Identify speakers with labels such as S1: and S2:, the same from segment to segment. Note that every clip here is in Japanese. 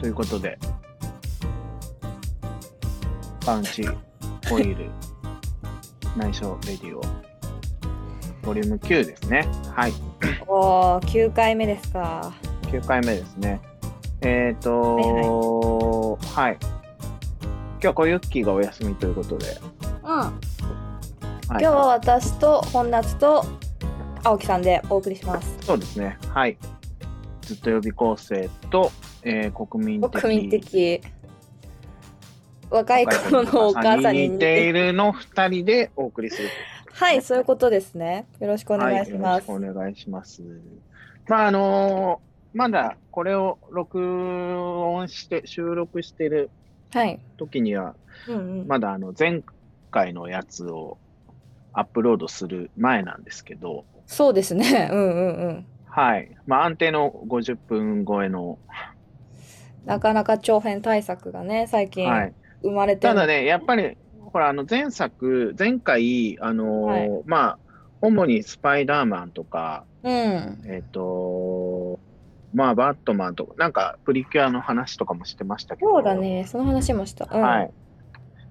S1: ということで、パンチ、ホイール、 内緒レディオ、ボリューム9ですね。はい。
S2: おお、9回目ですか。
S1: 9回目ですね。えっ、ー、とはい、今日は小ユッキーがお休みということで。
S2: うん。今
S1: は
S2: 日
S1: い、
S2: は私と本夏と青木さんでお送りします。
S1: そうですね。はい。ずっと予備校生と、えー、国民的。
S2: 国民的若い頃のお母さんに
S1: 似
S2: 似
S1: て
S2: て
S1: い
S2: いる。
S1: るの2人でお送りする
S2: はい、そういうことですね。よろしくお願いします。
S1: はい、よろしくお願いします。まああのまだこれを録音して収録してる
S2: はい。
S1: 時には
S2: うんうん。
S1: まだあの前回のやつをアップロードする前なんですけど、
S2: そうですね。 うんうんうん。
S1: はい、まあ安定の50分超えの、
S2: なかなか長編対策がね、最近
S1: はい。
S2: 生まれて
S1: た
S2: る。
S1: だね、やっぱりほらあの前作前回あの、
S2: はい
S1: まあ主にスパイダーマンとか
S2: うん。
S1: えっ、とまあ、バットマンとか、なんか、プリキュアの話とかもしてましたけど。
S2: そうだね、その話もした。うん、
S1: はい。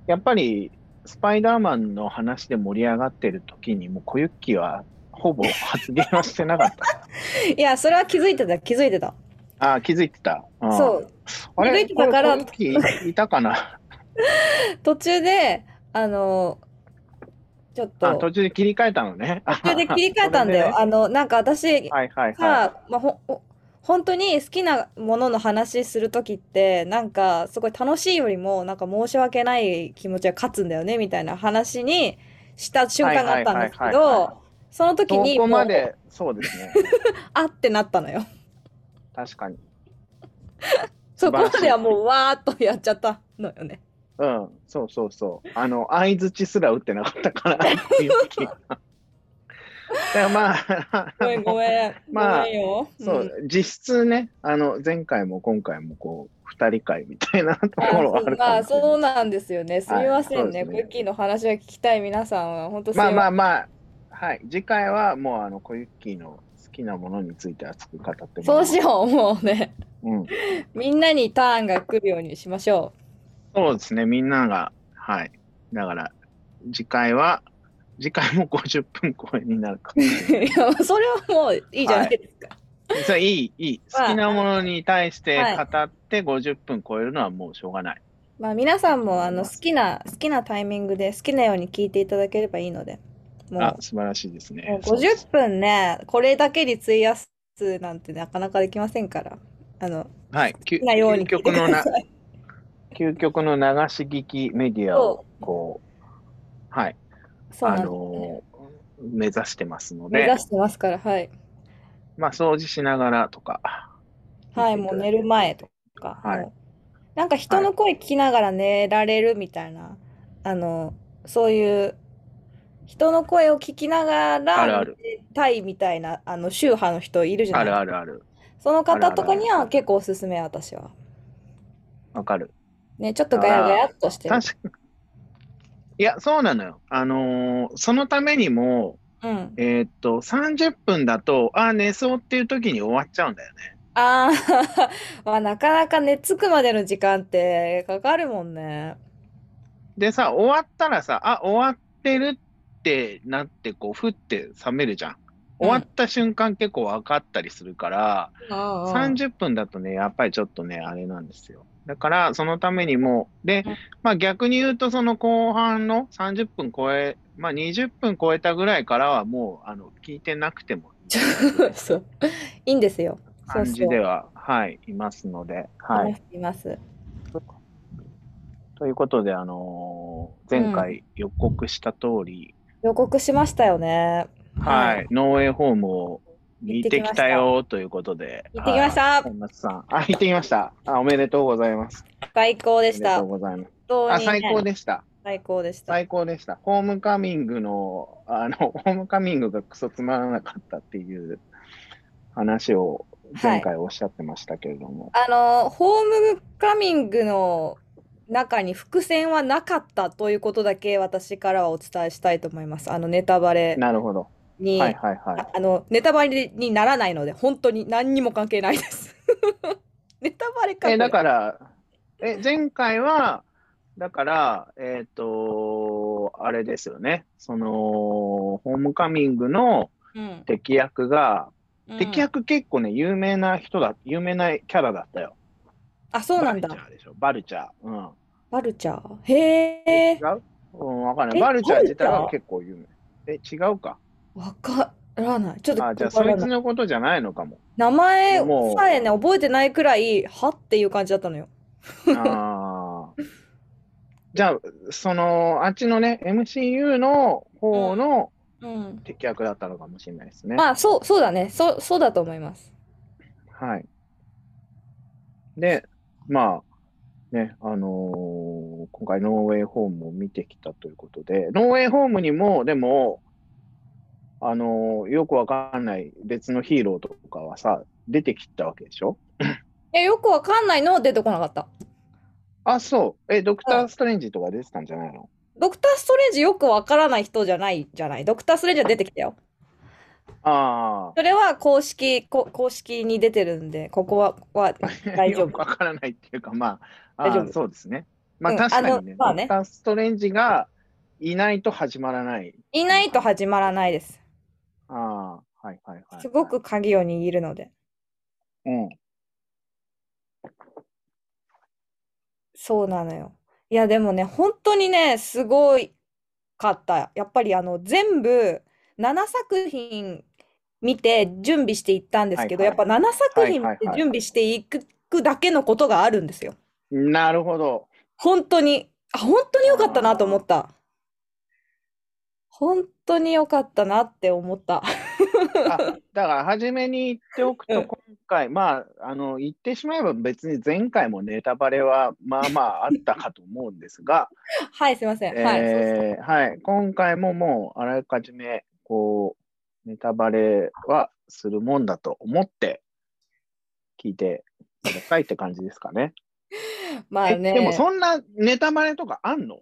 S1: やっぱり、スパイダーマンの話で盛り上がってる時に、もう、小ユッキーは、ほぼ発言をしてなかった。
S2: いや、それは気づいてた、気づいてた。
S1: ああ、気づいてた。うん
S2: そう。
S1: あれ
S2: 気づいてたから
S1: これ小ユッキーいたかな
S2: 途中であのちょっ
S1: あ
S2: と
S1: 途中で切り替えたのね。
S2: 途中で切り替えたんだよ、
S1: それでね
S2: あのなんか私
S1: はいは
S2: さ、
S1: いは
S2: まあ、ほほ本当に好きなものの話する時ってなんかすごい楽しいよりもなんか申し訳ない気持ちが勝つんだよねみたいな話にした瞬間があったんですけ
S1: はいはいはいはいはい
S2: どその
S1: い。
S2: 時
S1: そ
S2: にも
S1: こま
S2: う
S1: で、そうですね。
S2: あってなったのよ
S1: 確かに。
S2: そ
S1: 素晴らし
S2: こ
S1: い
S2: まではもうわーっとやっちゃったのよね
S1: うん、そうそうそう。あの、相づちすら打ってなかったから、小ユッキーが。だからまあ、
S2: ごめんごめん、
S1: ま
S2: ご
S1: あ
S2: めんよ、
S1: そ
S2: ん
S1: う、実質ね、あの、前回も今回もこう、二人会みたいなところはあ
S2: ま
S1: るかも
S2: あ
S1: しれ
S2: そう
S1: ない。
S2: なんですよね。すみません
S1: はい
S2: ね。
S1: そうです
S2: ク
S1: ね
S2: ッキーの話が聞きたい皆さんは本当すみ
S1: まあまあ
S2: ま
S1: まあ、はい。次回はもう、あの、小ユッキーの好きなものについて熱く語ってもらい
S2: そう
S1: ます
S2: しようもうね。
S1: うん。
S2: みんなにターンが来るように しましょ
S1: そうですね、みんなが、はい。だから、次回は、次回も50分公演になるかもし
S2: う。
S1: れない。
S2: いやそれはもういいじゃないですか。
S1: それいい、いい。
S2: まあ
S1: 好きなものに対して
S2: はい
S1: 語って50分超えるのはもうしょうがない。
S2: まあ皆さんもあの好きな好きなタイミングで好きなように聞いていただければいいので、もう
S1: あ、素晴らしいです
S2: も
S1: ね
S2: う。
S1: そうです
S2: 50分ねこれだけに費やすなんてなかなかできませんから。あの
S1: はい。究
S2: 好きなように
S1: 究
S2: 聞い
S1: 極
S2: てく
S1: の
S2: だ
S1: な
S2: さ、い。
S1: 究極の流し聞きメディアを、こ う、はい、
S2: そう
S1: あ
S2: なんです
S1: のー目指してますの
S2: 目
S1: で
S2: 指、してますからはい
S1: まあ、掃除しながらとか。
S2: はいもう寝る前とか、
S1: はい
S2: もうなんか人の声聞きながら寝られるみたいな、あのそういう人の声を聞きなが
S1: あるあ
S2: ら
S1: る
S2: 寝たいみたいなあの宗派の人いるじゃ
S1: ある
S2: ない
S1: あるある。
S2: その方とかに
S1: あるあ
S2: は
S1: る
S2: 結構おすすめ私は
S1: わかる。
S2: ねちょっとガヤガヤっとしてる
S1: 確かいや、そうなのよ。あのーそのためにも、
S2: うん
S1: えーっと、30分だと、あー、寝そうっていう時に終わっちゃうんだよね。
S2: あー まあなかなか寝つくまでの時間ってかかるもんね
S1: でさ、終わったらさ、あ、終わってるってなって、こう、ふって冷めるじゃん。終わった瞬間結構分かったりするから、30分だとね、やっぱりちょっとね、あれなんですよ。だから、そのためにも、で
S2: うん、
S1: まあ逆に言うと、その後半の30分超え、まあ20分超えたぐらいからはもう、あの、聞いてなくてもい い
S2: そういいんですよ
S1: 感じでは、はい、いますので、はい
S2: いま。すいます
S1: ということで、あのー前回予告した通り、
S2: 予告しましたよね。
S1: は、
S2: はい
S1: ノーウェイホームを見てきたよということで。
S2: 行ってきまし
S1: は
S2: た。
S1: い本松さん。あ、行ってきました。あ、おめでとうございます。
S2: 最高でし
S1: おめで
S2: た。
S1: とう
S2: 本
S1: ございます。
S2: 当
S1: あ、
S2: に
S1: 最高
S2: ね
S1: でした。
S2: 最高でした。
S1: 最高でした。ホームカミングの、あの、 ホームカミングがクソつまらなかったっていう話を前回おっしゃってましたけれども。
S2: あのホームカミングの中に伏線はなかったということだけ私からはお伝えしたいと思います。あのネタバレ
S1: なるほど。
S2: に、
S1: はいはいはい
S2: あ。 あのネタバレにならないので本当に何にも関係ないです。ネタバれかこれ。
S1: え、だから、え、前回は、だから、えっ、と、あれですよね。その、ホームカミングの
S2: うん、
S1: 敵役が、
S2: うん
S1: 敵役結構ね、有名な人だ、有名なキャラだったよ。
S2: あ、そうなんだ
S1: バル。チャーでしょ。バルチャー。うん。
S2: バルチャー。へえ。
S1: 違ううん、わかんない。
S2: え
S1: バルチャー自体
S2: バル
S1: は
S2: チ
S1: 結構有名。え、違うか。
S2: わからない。ちょっと
S1: あ、じゃあ、
S2: わ
S1: そ
S2: から
S1: い
S2: ない
S1: つのことじゃないのかも。
S2: 名前
S1: もう
S2: さえね、覚えてないくらい、はっていう感じだったのよ。
S1: あ ーじゃあ、その、あっちのね、MCU の方の
S2: うん。
S1: 敵役だったのかもしれないですね。
S2: まあ、そう、そうだね。そう、そうだと思います。
S1: はい。で、まあ、ね、あのー今回、ノーウェイホームを見てきたということで、ノーウェイホームにも、でも、あのーよくわかんない別のヒーローとかはさ、出てきたわけでしょ
S2: え、よくわかんないの出てこなかった。
S1: あ、そう。え、ドクター・ストレンジとか出てたんじゃないの
S2: ドクター・ストレンジよくわからない人じゃないじゃない。ドクター・ストレンジは出てきたよ。
S1: あ
S2: それは公式、こ公式に出てるんで、ここは、ここは
S1: あ、
S2: 大丈
S1: よく
S2: 夫。
S1: わからないっていうか、まあ、あー
S2: 大丈夫
S1: そうですね。まあ、
S2: うん
S1: 確か
S2: あ
S1: に
S2: の
S1: ね、
S2: まあ
S1: ド
S2: ね
S1: クター・ストレンジがいないと始まらない。
S2: いないと始まらないです。
S1: ああ、はいはいはい。
S2: すごく鍵を握るので。
S1: うん。
S2: そうなのよ。いや、でもね、本当にね、すごいかった。やっぱりあの、全部7作品見て準備していったんですけど、
S1: はい
S2: や
S1: は
S2: っ
S1: い
S2: ぱ7作品
S1: は
S2: 見
S1: い
S2: て
S1: はいはい
S2: 準備していくだけのことがあるんですよ。
S1: なるほど。
S2: 本当に。あ、本当に良かったなと思った。本当に良かったなって思った。
S1: あだから、初めに言っておく
S2: う
S1: と、
S2: ん
S1: 今回、まあ、あの、言ってしまえば別に前回もネタバレは、まあまああったかと思うんですが、
S2: はい、すいません。 はい。そうです
S1: えーはい、今回ももう、あらかじめ、こう、ネタバレはするもんだと思って、聞いてくださいって感じですかね。
S2: まあ
S1: え
S2: ね。
S1: でも、そんなネタバレとかあんの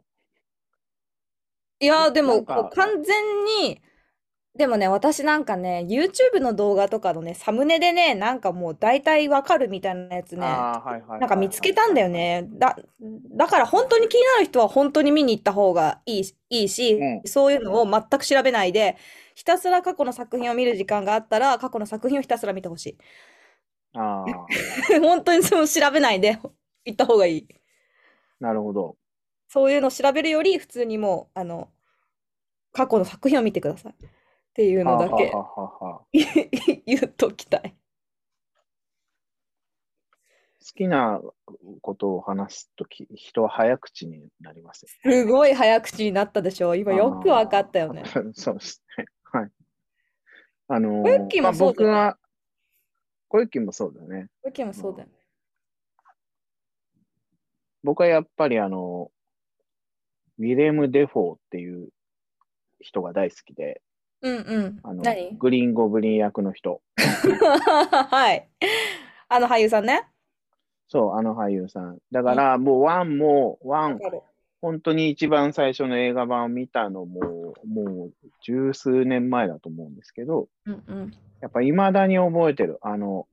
S2: いやーでも
S1: なんか
S2: こう完全にでもね私なんかね YouTube の動画とかのねサムネでねなんかもう大体わかるみたいなやつね
S1: あーはいはいはいはい
S2: なんか見つけたんだよねだだから本当に気になる人は本当に見に行った方がいいしいいし
S1: う
S2: そういうのを全く調べないでひたすら過去の作品を見る時間があったら過去の作品をひたすら見てほし
S1: ああ、
S2: い 本当にその調べないで行った方がいい
S1: なるほど。
S2: そういうの調べるより普通にもうあの過去の作品を見てくださいっていうのだけ
S1: はあはあはあはあ
S2: 言っときたい。
S1: 好きなことを話すとき、人は早口になり ますよ
S2: すごい早口になったでしょ今よくわかったよね。
S1: ね。そうですね。はい。あの
S2: 小雪
S1: ー、まあ
S2: もそう
S1: 僕
S2: だよね
S1: は、小雪もそうだね。
S2: ウキもそうだよね。
S1: 僕はやっぱりあの、ウィレム・デフォーっていう人が大好きで、
S2: うんうん。
S1: あの
S2: 何
S1: グリーン・ゴブリン役の人。
S2: はい。あの俳優さんね。
S1: そう、あの俳優さん。だから、もうワンも、ワ
S2: わ
S1: ン
S2: かる。
S1: 本当に一番最初の映画版を見たのも、もう十数年前だと思うんですけど、
S2: うんうん。
S1: やっぱ未だに覚えてる。あの、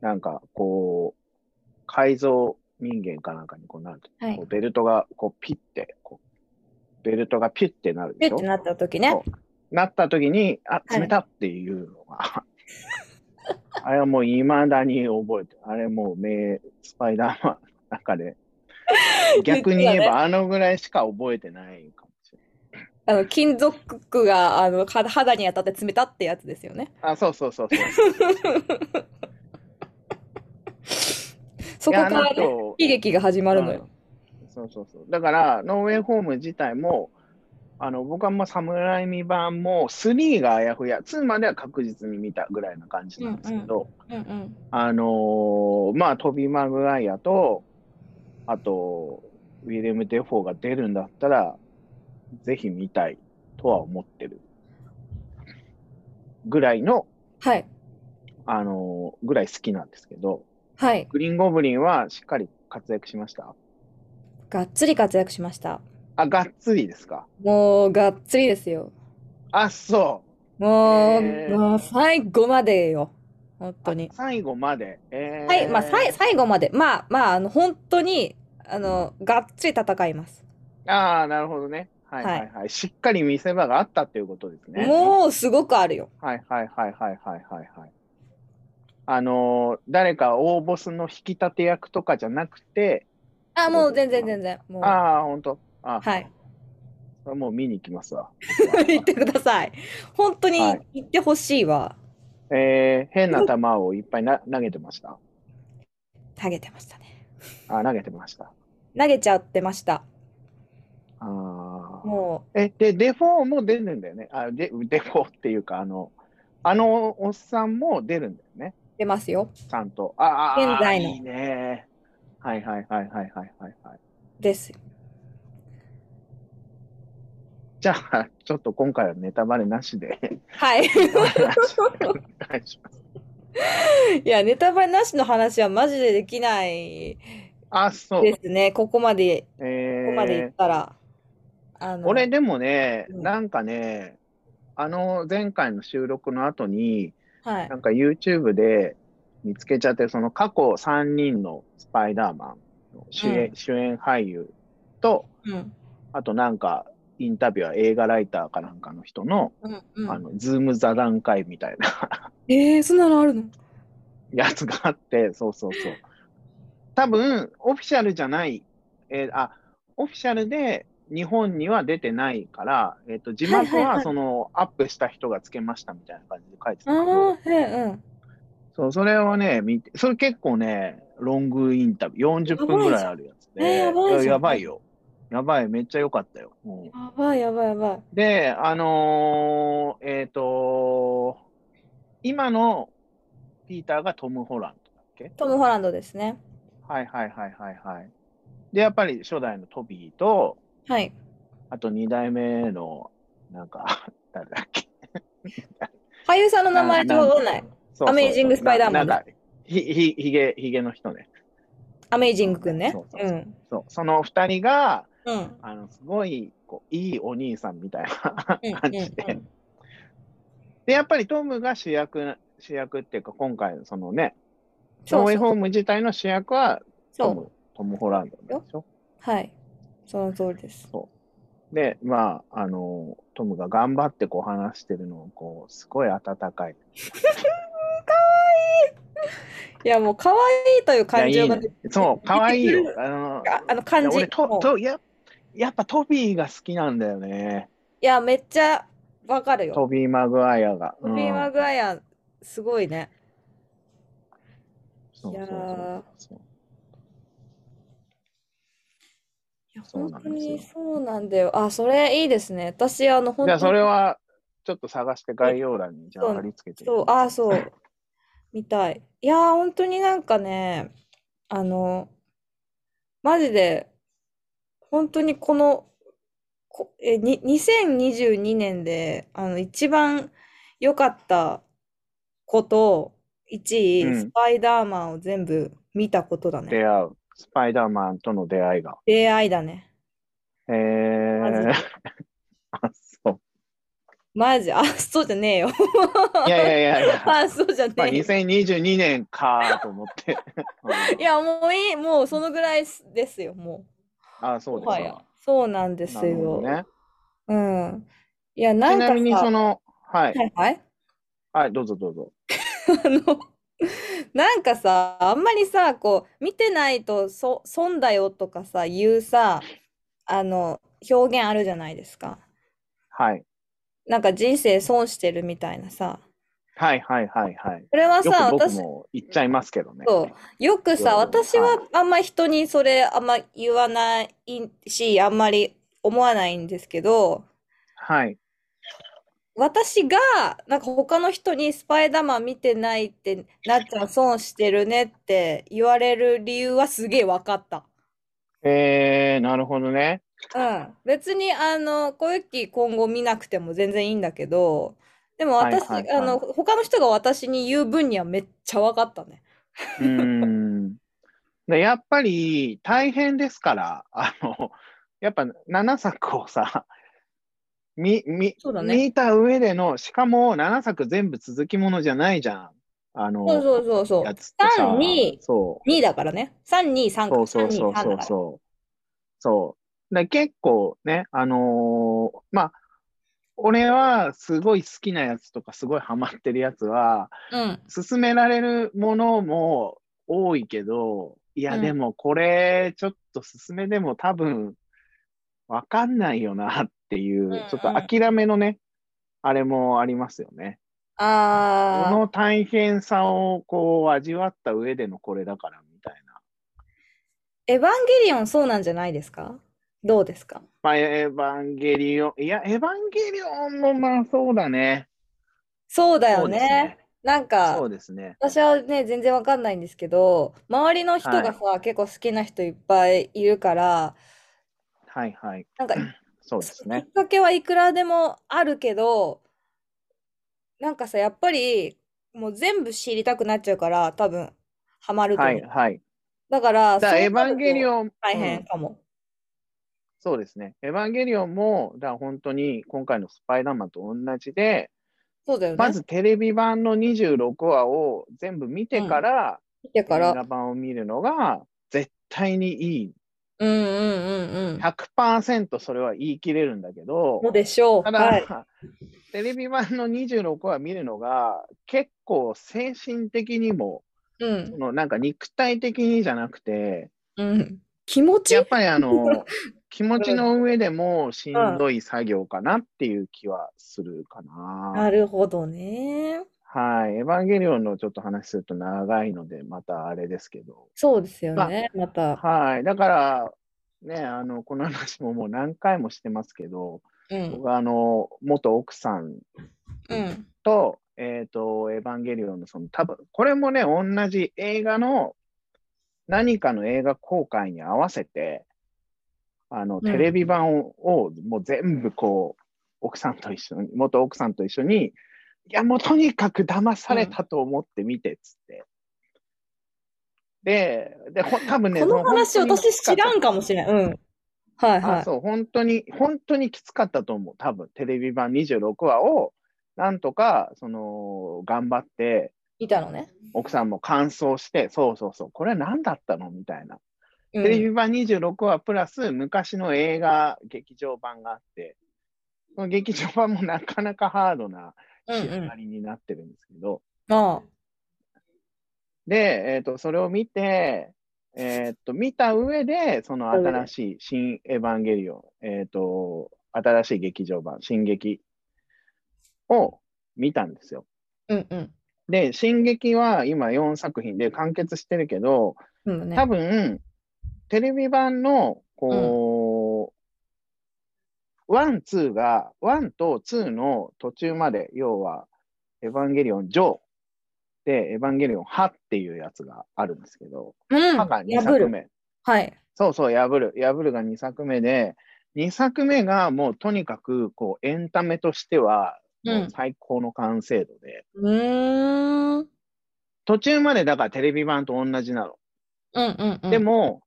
S1: なんかこう、改造人間かなんかにこうなると、
S2: はい
S1: こうベルトがこうピッて、こうベルトがピュッてなる
S2: ピュ
S1: でし
S2: ッ
S1: ょ
S2: てなった時ね
S1: そ。うなった時に、あ、
S2: い
S1: 冷たっていうのが、 あれはもう未だに覚えてる。あれもう名スパイダーマンの中で、逆に言え
S2: 言ってた
S1: ばあのぐらいしか覚えてないかもしれない。
S2: あの金属があのか肌に当たって冷たってやつですよ ね。
S1: あ、そうそうそうそう。
S2: そこ
S1: い
S2: か
S1: やあ
S2: ら
S1: の
S2: ね、
S1: 人
S2: 悲劇が始まるのよ。
S1: うんそうそうそう。だから、ノーウェイホーム自体も、あの僕はもう侍見版も3があやふや、2までは確実に見たぐらいな感じなんですけど、
S2: うんうん。
S1: あのーまあ、トビー・マグワイアと、あと、ウィレム・デフォーが出るんだったら、ぜひ見たいとは思ってる。ぐらいの、
S2: はい。
S1: あのーぐらい好きなんですけど、
S2: はい。
S1: グリーン・ゴブリンはしっかり活躍しました
S2: がっつり活躍しました。
S1: あ、がっつりですか。
S2: もうがっつりですよ。
S1: あ、そ
S2: もう、
S1: へー
S2: もう最後までよ。本当に。
S1: 最後まで。えー、
S2: はい、まあ、さい最後まで、まあ、まあ、あの、本当に、あの、がっつり戦います。
S1: ああ、なるほどね。はいはいはい。しっかり見せ場があったっていうことですね。
S2: もう、すごくあるよ。
S1: はいはいはいはいはいはいはい。あのー誰か大ボスの引き立て役とかじゃなくて、
S2: あ、もう、全然、全然、もう。は
S1: ああ、本当。あ
S2: い。
S1: あ、もう見に行きま すわ。
S2: 言ってください。本当に
S1: はい
S2: 言ってほしいわ。
S1: えー、変な球をいっぱいな投げてました。
S2: 投げてましたね。
S1: あ投げてました。
S2: 投げちゃってました。
S1: あー
S2: も
S1: え、で、デフォーも出るんだよね。あでデフォーっていうか、あの、あのおっさんも出るんだよね。
S2: う、出ますよ。
S1: ちゃんと。ああ、
S2: 現在の
S1: いいね。はいはいはいはいはいはいはい。
S2: です。
S1: じゃあ、ちょっと今回はネタバレな しで
S2: はい。
S1: お願いします。
S2: いや、ネタバレなしの話はマジでできない
S1: あ、そう。
S2: ですね。ここまで、
S1: え
S2: ここまでいっ
S1: ー、
S2: たら。あの、
S1: 俺でもね、
S2: うん
S1: なんかね、あの前回の収録の後に、
S2: はい
S1: な。んか YouTube で見つけちゃって、その過去3人のスパイダーマンの主
S2: う
S1: 演,、主演俳優と、
S2: うん。
S1: あとなんかインタビュアー、映画ライターかなんかの人の、
S2: うん、うん。
S1: あの、ズーム座談会みたいな
S2: えー、そんなのあるの
S1: やつがあって、そうそうそう。多分、オフィシャルじゃない、えーあ、オフィシャルで日本には出てないから、えっ、と、字幕
S2: はいはいは
S1: はいその、アップした人がつけましたみたいな感じで書いてたけど
S2: あ、あ、うん、
S1: そう、それをね、見て、それ結構ね、ロングインタビュー、40分ぐらいあるやつで、
S2: やばいじゃんえーやばいじゃん
S1: やばいよ。やばい、めっちゃ良かったよ。うん
S2: やばいやばいやばい。
S1: で、あのーえっ、と今のピーターがトム・ホランドだっけ
S2: トム・ホランドですね。
S1: はいはいはいはいはい。で、やっぱり初代のトビーと、
S2: はい。
S1: あと2代目の、なんか、 誰だっけ
S2: 俳優さんの名前とわかんない。
S1: そうそうそう
S2: アメイジングスパイダーマン
S1: ななんかひ、ひ、ひげ、ひげの人ね。
S2: アメイジングくんね
S1: そう。そう
S2: う
S1: そ
S2: ん。
S1: そう、その2人が、
S2: うん。
S1: あの、すごい、こう、いいお兄さんみたいな
S2: うん
S1: 感じで。で、やっぱりトムが主役、主役っていうか、今回、そのね、
S2: そう
S1: ノーウェイ
S2: そ
S1: ホ
S2: う
S1: ーム自体の主役は
S2: そ
S1: ト
S2: う。
S1: ム、トム・ホランドなんでしょ
S2: はい。その通りです。
S1: で、まあ、あの、トムが頑張ってこう話してるのを、こう、すごい温かい。
S2: いや、もう可愛いという感
S1: いや
S2: 情
S1: いい
S2: が
S1: ね、そう、かわいい
S2: 出
S1: よ
S2: てく。る
S1: あの、
S2: ああの感
S1: いや
S2: じ。
S1: 俺と
S2: もう
S1: とや、やっぱトビーが好きなんだよね。
S2: いや、めっちゃわかるよ。
S1: トビー・マグアイアが。
S2: トビー・マ
S1: グ
S2: グワイア、すごいね。
S1: そうそう
S2: いやー
S1: そうそう。
S2: いや、
S1: そう
S2: 本
S1: なん
S2: 当
S1: ですよ
S2: にそうなんだよ。あ、それいいですね。私、あの、本当
S1: じゃあ、
S2: に
S1: それは、ちょっと探して概要欄に、じゃ
S2: そ
S1: あ、
S2: う
S1: 貼り付けて。
S2: そう、ああ、そう、みたい。いやー、本当になんかね、あの、マジで、本当にこの、こえ、に、2022年で、あの、一番良かったこと、1位、
S1: うん
S2: スパイダーマンを全部見たことだね。
S1: 出会う。スパイダーマンとの出会いが。
S2: 出会いだね。
S1: え
S2: マジで
S1: ー、 あ、そ
S2: マジ、あ、そうじゃねえよ。
S1: う。いやいやいやいや。
S2: あ、そうじゃね
S1: まあ、
S2: えよ。
S1: 2022年かと思って。うん
S2: いや、もういい、もうそのぐらいですよ、もう。
S1: あ、そ
S2: も
S1: うです
S2: はや
S1: か。
S2: そうなんです
S1: なるほど
S2: よ。
S1: ね。
S2: うん。いや、な
S1: ち
S2: ん
S1: なみに、
S2: かさ、
S1: その、はい
S2: は、いはい。
S1: はい、どうぞどうぞ。
S2: あの、なんかさ、あんまりさ、こう、見てないとそ損だよとかさ、言うさ、あの、表現あるじゃないですか。
S1: はい。
S2: なんか人生損してるみたいなさ。
S1: はいはいはいはい。
S2: これは
S1: よ
S2: さ、
S1: く僕
S2: 私、
S1: も言っちゃいますけどね。
S2: そうよくさ、
S1: うん
S2: 私はあんま人にそれあんま言わないし、あんまり思わないんですけど、
S1: はい。
S2: 私がなんか他の人に「スパイダーマン見てないってなっちゃん損してるね」って言われる理由はすげえ分かった。
S1: えー、なるほどね。
S2: うん、別にあの小雪今後見なくても全然いいんだけどでも
S1: はい
S2: 私
S1: はいはい
S2: あの他の人が私に言う分にはめっちゃ分かったね。
S1: うーん。でやっぱり大変ですから、あの、やっぱ7作をさ、み、み、
S2: そうだね
S1: 見た上での、しかも7作全部続きものじゃないじゃん。あの、
S2: そうそうそうそう
S1: やつってさ、
S2: 3に
S1: そう。
S2: 2だからね。3、2、3
S1: そう
S2: か。
S1: そうそう
S2: 323
S1: そ
S2: だ
S1: う
S2: から。
S1: そう。そう。だ結構ね、あのーまあ、俺はすごい好きなやつとかすごいハマってるやつは、
S2: うん。
S1: 勧められるものも多いけど、いや
S2: うん
S1: でもこれちょっと勧めでも多分わかんないよなってい
S2: んうん
S1: う、ちょっと諦めのね、あれもありますよね。こ
S2: あー
S1: の大変さをこう味わった上でのこれだからみたいな。
S2: エヴァンゲリオンそうなんじゃないですかどうですか
S1: まあ、エヴァンゲリオン、いや、エヴァンゲリオンもまあそうだね。
S2: そうだよ
S1: そうです
S2: ね。なんか、
S1: そうですね。
S2: 私はね、全然わかんないんですけど、周りの人がさ、結構好きな人いっぱいいるから、
S1: はいはい。
S2: なんか、
S1: そうですね
S2: き。っかけはいくらでもあるけど、なんかさ、やっぱり、もう全部知りたくなっちゃうから、多分、ハマると
S1: は
S2: 思う。
S1: いはい。
S2: だから、
S1: だから
S2: そう
S1: エヴ
S2: な
S1: ァ
S2: る
S1: ンゲリ
S2: と
S1: オン、
S2: 大
S1: う
S2: 変
S1: ん
S2: かも。
S1: そうですね。エヴァンゲリオンも、だから本当に今回のスパイダーマンと同じで、
S2: そうだよね。
S1: まずテレビ版の26話を全部見てから、
S2: 見てか
S1: 映
S2: ら、
S1: 画版を見るのが絶対にいい。
S2: うんうんうんうん。
S1: 100%それは言い切れるんだけど、
S2: もうでしょう。
S1: ただ、
S2: はい。
S1: テレビ版の26話見るのが結構精神的にも、
S2: う
S1: そ
S2: ん。
S1: のなんか肉体的にじゃなくて、
S2: うん。気持ち
S1: やっぱり あの、気持ちの上でもしんどい作業かなっていう気はするか
S2: な
S1: な。
S2: るほどね。
S1: はい。エヴァンゲリオンのちょっと話すると長いので、またあれですけど。
S2: そうですよね。また。
S1: はい。だから、ね、あの、この話ももう何回もしてますけど、
S2: うん。
S1: 僕はあの、元奥さん
S2: うん。
S1: と、えっ、と、エヴァンゲリオンのその、多分これもね、同じ映画の、何かの映画公開に合わせて、あの、
S2: ん
S1: テレビ版を,、もう全部こう、奥さんと一緒に、元奥さんと一緒に、いや、もうとにかく騙されたと思って見て、つって。で、で、ほ多分ね、
S2: この話、
S1: もう本当に
S2: 私知らんかもしれん。うん。はいは
S1: あ、
S2: い。
S1: そう、本当に、本当にきつかったと思う。多分、テレビ版26話を、なんとか、その、頑張って、
S2: 見たのね。
S1: 奥さんも感想して、そうそうそう、これ何だったのみたいな。
S2: う
S1: テレ
S2: ん。
S1: ビ版26話プラス、昔の映画、劇場版があって、その劇場版もなかなかハードな
S2: うん
S1: 仕
S2: う
S1: 上
S2: ん
S1: が。りになってるんですけど、
S2: ああ。
S1: で、えっ、と、それを見て、えっ、と、見た上で、その新しい、新エヴァンゲリオン、えっ、と、新しい劇場版、新劇を見たんですよ。
S2: うんうん。
S1: で、新劇は今4作品で完結してるけど、
S2: そうだね
S1: 多。分、テレビ版の、こう、ワン、ツーが、ワンとツーの途中まで、要は、エヴァンゲリオンジョーで、エヴァンゲリオンハっていうやつがあるんですけど、
S2: うん。
S1: ハが2
S2: 破
S1: 作
S2: る。
S1: 目。
S2: はい。
S1: そうそう、破る。破るが2作目で、2作目がもうとにかく、こう、エンタメとしては、もううん最高の完成度で、
S2: うーん。うん
S1: 途中までだからテレビ版と同じなの。
S2: うんうん。
S1: で、も、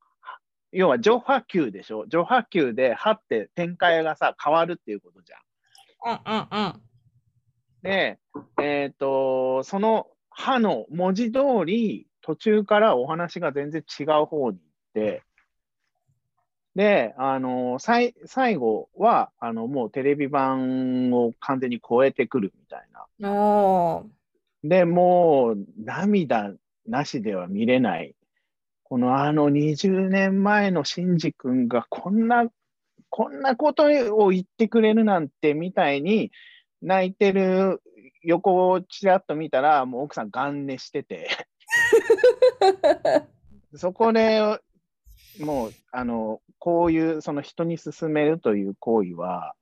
S1: 要は上波球でしょ上波球で、はって展開がさ、変わるっていうことじゃん。
S2: うんうんうん。
S1: で、えっ、と、その歯の文字通り、途中からお話が全然違う方に行って、で、あのさい最後は、あの、もうテレビ版を完全に超えてくるみたいな。
S2: おー。
S1: で、もう、涙なしでは見れない。このあの20年前のシンジ君がこんな、こんなことを言ってくれるなんてみたいに泣いてる横をちらっと見たら、もう奥さんガン寝してて、そこでもう、あの、こういうその人に勧めるという行為は、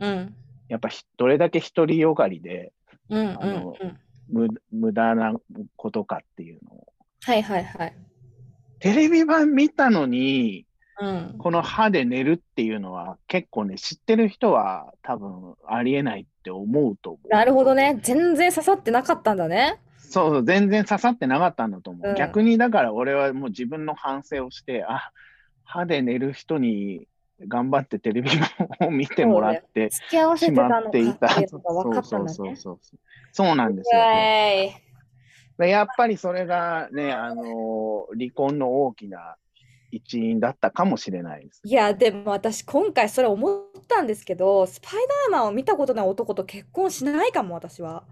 S2: うん。
S1: やっぱひどれだけ独りよがりで
S2: うんうん
S1: あの
S2: うん。
S1: 無無駄なことかっていうのを
S2: はいはいはい。
S1: テレビ版見たのに、
S2: うん。
S1: この歯で寝るっていうのは結構ね、知ってる人は多分ありえないって思うと思う。
S2: なるほどね。全然刺さってなかったんだね。
S1: そうそう、全然刺さってなかったんだと思う。
S2: うん
S1: 逆にだから俺はもう自分の反省をして、あ、歯で寝る人に頑張ってテレビ版を見てもらって
S2: 付き合わせ
S1: して
S2: たの
S1: まっ
S2: か
S1: てい。
S2: ったていう
S1: そ
S2: のが分か
S1: う
S2: った
S1: そ
S2: ん
S1: う
S2: だ
S1: そう
S2: ね。
S1: そうそう。そうなんですよ。
S2: わーい。
S1: でやっぱりそれがね、あの離婚の大きな一因だったかもしれないです。
S2: いや、でも私、今回それ思ったんですけど、スパイダーマンを見たことない男と結婚しないかも、私は。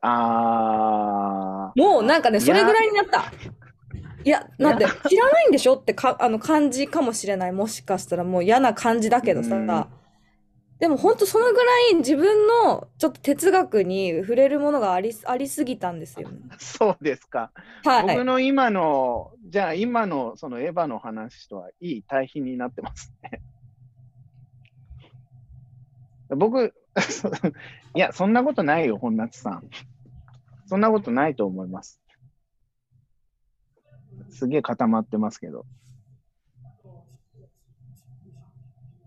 S1: あ
S2: もう、もうなんかね、
S1: いや
S2: それぐらいになった。いや、なんで、知らないんでしょってか、あの感じかもしれない。もしかしたらもう嫌な感じだけど
S1: うん
S2: さ。でも本当そのぐらい自分のちょっと哲学に触れるものがあり、ありすぎたんですよね。
S1: ー、そうですか。
S2: はい。
S1: 僕の今の、じゃあ今のそのエヴァの話とはいい対比になってますね。 僕、 いや、そんなことないよ、本夏さん。そんなことないと思います。すげえ固まってますけど。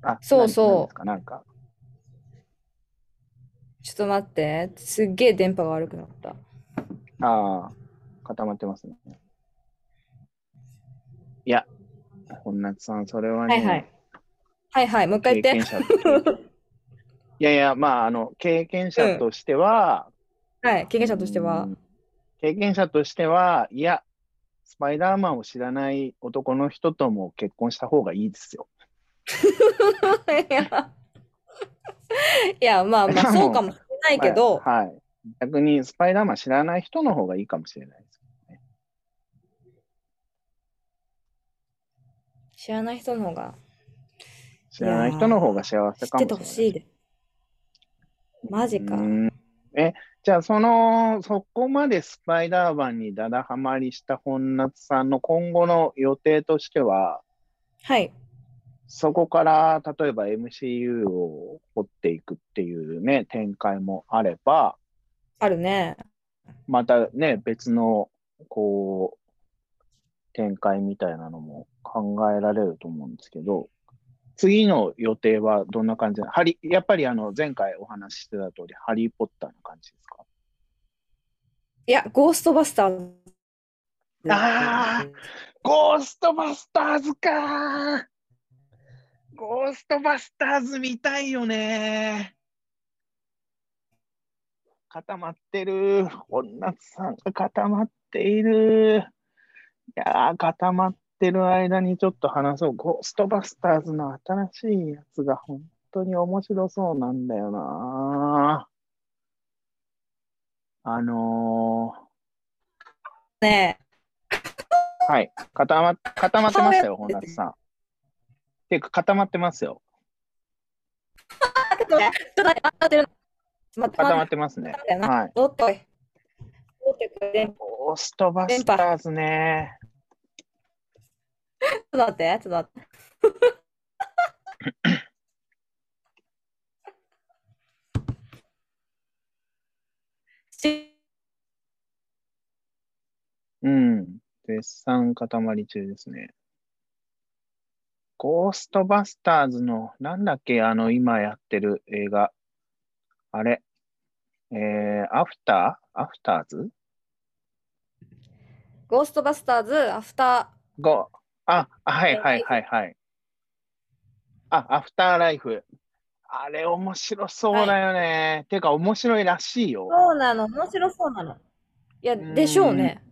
S1: あ、
S2: そうそう
S1: 何ですか、なんか。
S2: ちょっと待って。すっげえ電波が悪くなった。
S1: ああ、固まってますね。いや、本夏さん、それはね、
S2: はいはい。はいはい。もう一回言
S1: 経
S2: って。
S1: 験者としていやいや、まあ、あの、経験者としては、
S2: はい。経験者としては
S1: う。ん経験者としては、いや、スパイダーマンを知らない男の人とも結婚した方がいいですよ。
S2: いや、 いやまあまあ、そうかもしれないけど、
S1: はい。はい逆に、スパイダーマン知らない人の方がいいかもしれないです。
S2: 知らない人の方が
S1: 知らない人の方が幸
S2: 知っ
S1: せか
S2: て
S1: もしてれ
S2: ほ
S1: ない。
S2: しいで。マジか
S1: う。んえ、じゃあ、その、そこまでスパイダーマンにダダハマりした本夏さんの今後の予定としては、
S2: はい。
S1: そこから、例えば MCU を掘っていくっていうね、展開もあれば、
S2: あるね。
S1: またね、別の、こう、展開みたいなのも考えられると思うんですけど、次の予定はどんな感じなのハリやっぱりあの、前回お話ししてた通り、ハリー・ポッターの感じですか
S2: いや、ゴーストバスターズ。
S1: あゴーストバスターズかーゴーストバスターズ見たいよねー固まってる。女さんが固まっている。いやー、固まってる間にちょっと話そう。ゴーストバスターズの新しいやつが本当に面白そうなんだよなー。あの
S2: ねえ
S1: ー、はい。固ま固まってましたよ、本田さん。ていうか、固まってますよ。
S2: あちょっと待って、ちょっと待って、待って、待って、
S1: 固ま
S2: 待っ
S1: ってますね。
S2: て、待っ
S1: はい。
S2: て、戻ってこい。戻ってこい電
S1: ゴーストバスターズね。
S2: 波ちょっと待って、ちょっと待って。し
S1: うん。絶賛固まり中ですね。ゴーストバスターズの、なんだっけ、あの、今やってる映画。あれ。えー、アフターアフターズ
S2: ゴーストバスターズ、アフタ
S1: ゴあ、あはいはいはいはい。あ、アフターライフ。あれ面白そうだよね。てか面白いらしいよ。
S2: ー。そうなの、面白そうなの。いや、でしょうね。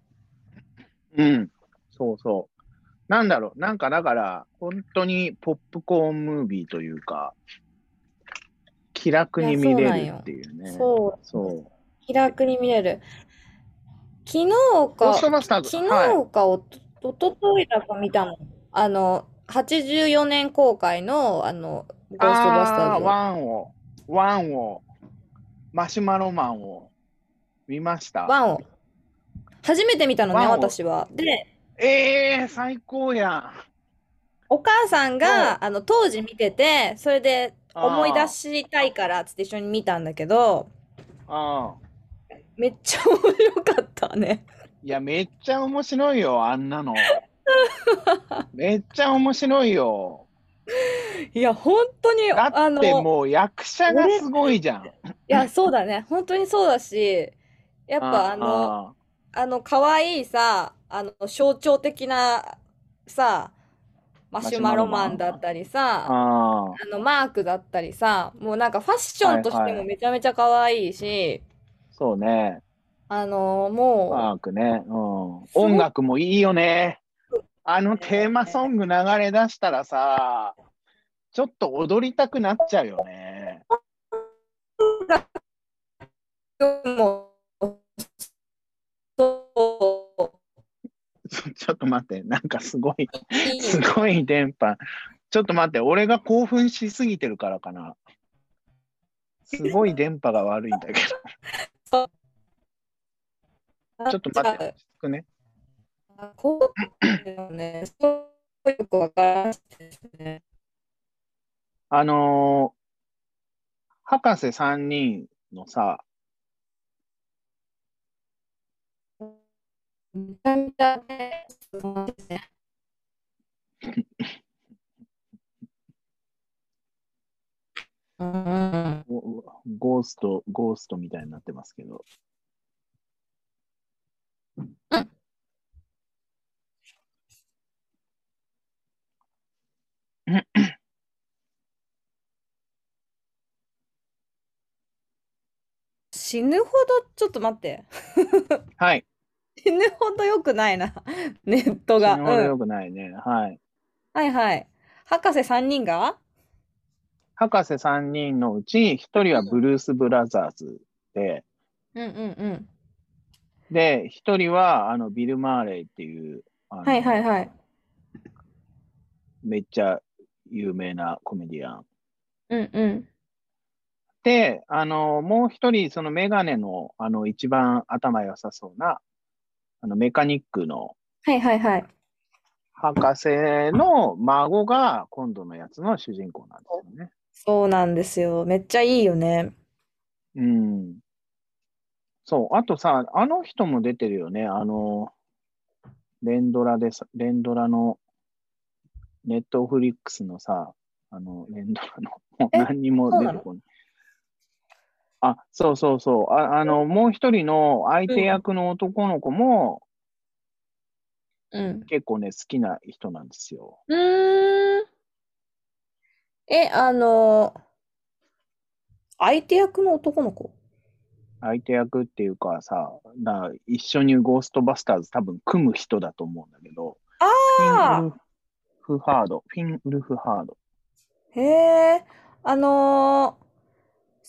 S1: うん、そうそう。なんだろう、なんかだから、本当にポップコーンムービーというか、気楽に見れるっていうね。う。
S2: そう、
S1: そう。
S2: 気楽に見れる。昨日
S1: ゴースト
S2: か、
S1: バスターズ。
S2: 昨
S1: はい。
S2: 日かおと、おとといだか見たの。あの、84年公開の、あの、ゴーストバスター
S1: あー
S2: ズ。
S1: ワンを、ワンを、マシュマロマンを見ました。
S2: ワンを。初めて見たのね、
S1: ワンを
S2: 私は。で、
S1: えー、最高や
S2: お母さんが、あの、当時見てて、それで
S1: あー
S2: 思い出したいから、つって一緒に見たんだけど、
S1: ん。ああ。
S2: めっちゃ面白かったね。
S1: いや、めっちゃ面白いよ、あ んなの。めっちゃ面白いよ。
S2: いや、本当に、
S1: だ
S2: あ
S1: って
S2: の、
S1: もう役者がすごいじゃん。
S2: いや、そうだね。本当にそうだし、やっぱあの、
S1: あ
S2: あの、可愛いさ、あの、象徴的なさ、マシュマロマンだったり
S1: あ
S2: さ、
S1: ああ
S2: あの、マークだったりさ、もうなんかファッションとして
S1: はいは
S2: も
S1: い
S2: めちゃめちゃ可愛いし、
S1: そうね。
S2: あのも
S1: パークね。うん。
S2: すごい
S1: 音楽もいいよね。あのテーマソング流れ出したらさ、ちょっと踊りたくなっちゃうよね。
S2: う、もう、そ
S1: ちょちょっと待って、なんかすごい、
S2: う、いい
S1: すごい電波。ちょっと待って、俺が興奮しすぎてるからかな。すごい電波が悪いんだけ ど。 ちょっと待って、落ち着くね。
S2: あこうよね、そうよくわからんしですね。
S1: あのー博士3人のさ、
S2: めちゃめちゃね、そうですね。うんうんうん
S1: ゴゴースト、ゴーストみたいになってますけど。
S2: 死ぬほど、ちょっと待って。
S1: はい。
S2: 死ぬほど良くない な、ネットが。
S1: 死
S2: う
S1: ぬ
S2: ん
S1: ほど良くないね。はい。
S2: はいはい。博士3人が
S1: 博士3人のうち、1人はブルース・ブラザーズで、
S2: うんうんうん。
S1: で、1人はあのビル・マーレイっていう、あの
S2: はいはいはい。
S1: めっちゃ有名なコメディアン。
S2: うんうん。
S1: で、あの、もう一人、そのメガネの、あの、一番頭良さそうな、あの、メカニックの
S2: はいはいはい。
S1: 博士の孫が今度のやつの主人公なんですよね。
S2: そうなんですよ。めっちゃいいよね。
S1: うん。そう。あとさ、あの人も出てるよね。あの、連ドラでさ、連ドラの、ネットフリックスのさ、あの、連ドラの、もう
S2: え
S1: 何にも出てこない。あ、そうそうそう。ああの、もう一人の相手役の男の子も
S2: うん。
S1: 結構ね、好きな人なんですよ。
S2: うーん。え、あの、相手役の男の子。
S1: 相手役っていうかさ、な一緒にゴーストバスターズ多分組む人だと思うんだけど、フィン・ウ
S2: あ
S1: ルフハード、フィン・ウルフハード。
S2: あ、へえ、あのー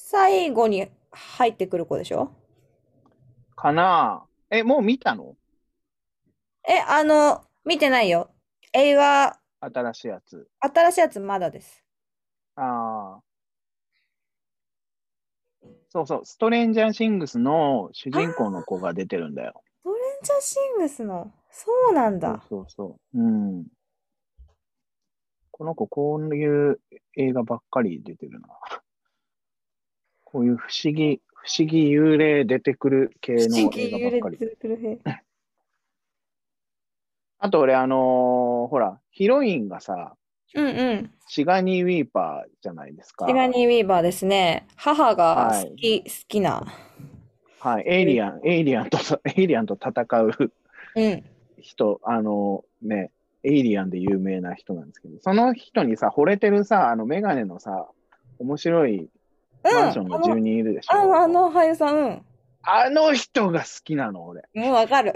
S2: 最後に入ってくる子でしょ
S1: かなぁえ、もう見たの
S2: え、あの、見てないよ。映画、
S1: 新しいやつ。
S2: 新しいやつまだです。
S1: ああ。そうそう、ストレンジャーシングスの主人公の子が出てるんだよ。
S2: トレンジャーシングスの、そうなん
S1: そう
S2: だ。
S1: そうそう。うん。この子、こういう映画ばっかり出てるな。 こういう不思議、不思議幽霊出てくる系の映画ばっかり。あと俺、あのーほら、ヒロインがさ、
S2: うんうん。
S1: シガニー・ウィーパーじゃないですか。
S2: ティガニー・ウィーバーですね。母が
S1: はい
S2: 好き、好きな。
S1: はい、エイリアン、エイリアンとさ、エイリアンと戦う
S2: うん。
S1: 人、あのね、エイリアンで有名な人なんですけど、その人にさ、惚れてるさ、あのメガネのさ、面白いマンション
S2: うん。あ
S1: の住
S2: の、
S1: 人いるでしょ。
S2: あの、あの俳優さん、うん。
S1: あの人が好きなの、俺。
S2: うん、わかる。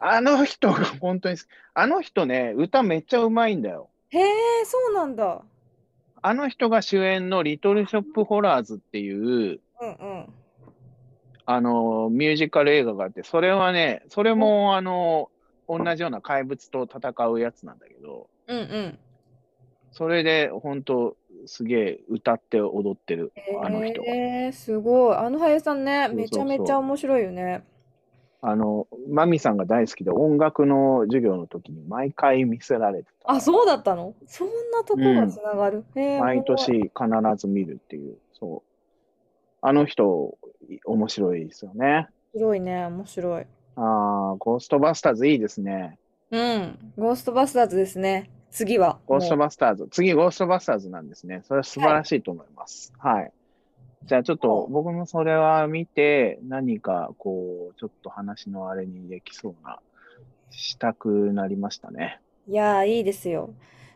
S1: あの人が本当に好き。あの人ね、歌めっちゃうまいんだよ。
S2: へえ、そうなんだ。
S1: あの人が主演のリトルショップホラーズっていう、
S2: うんうん。
S1: あの、ミュージカル映画があって、それはね、それも、あの、同じような怪物と戦うやつなんだけど、
S2: うんうん。
S1: それで、本当すげえ歌って踊ってる、あの人。
S2: へえ、すごい。あの俳優さんね、
S1: そうそうそう
S2: めちゃめちゃ面白いよね。
S1: あの、マミさんが大好きで、音楽の授業の時に毎回見せられてた。
S2: あ、そうだったのそんなとこがつながる。へえ、
S1: 毎
S2: 面白
S1: 年
S2: い。
S1: 必ず見るっていう、そう。あの人、い面白いですよね。
S2: 面白いね、面白い。
S1: ああ、ゴーストバスターズいいですね。
S2: うん。ゴーストバスターズですね。次は。
S1: ゴースト
S2: もう
S1: バスターズ。次、ゴーストバスターズなんですね。それは素晴らしいと思います。はい。じゃあ、ちょっと、僕もそれは見て、何か、こう、ちょっと話のあれにできそうな、したくなりましたね。
S2: いやー、いいですよ。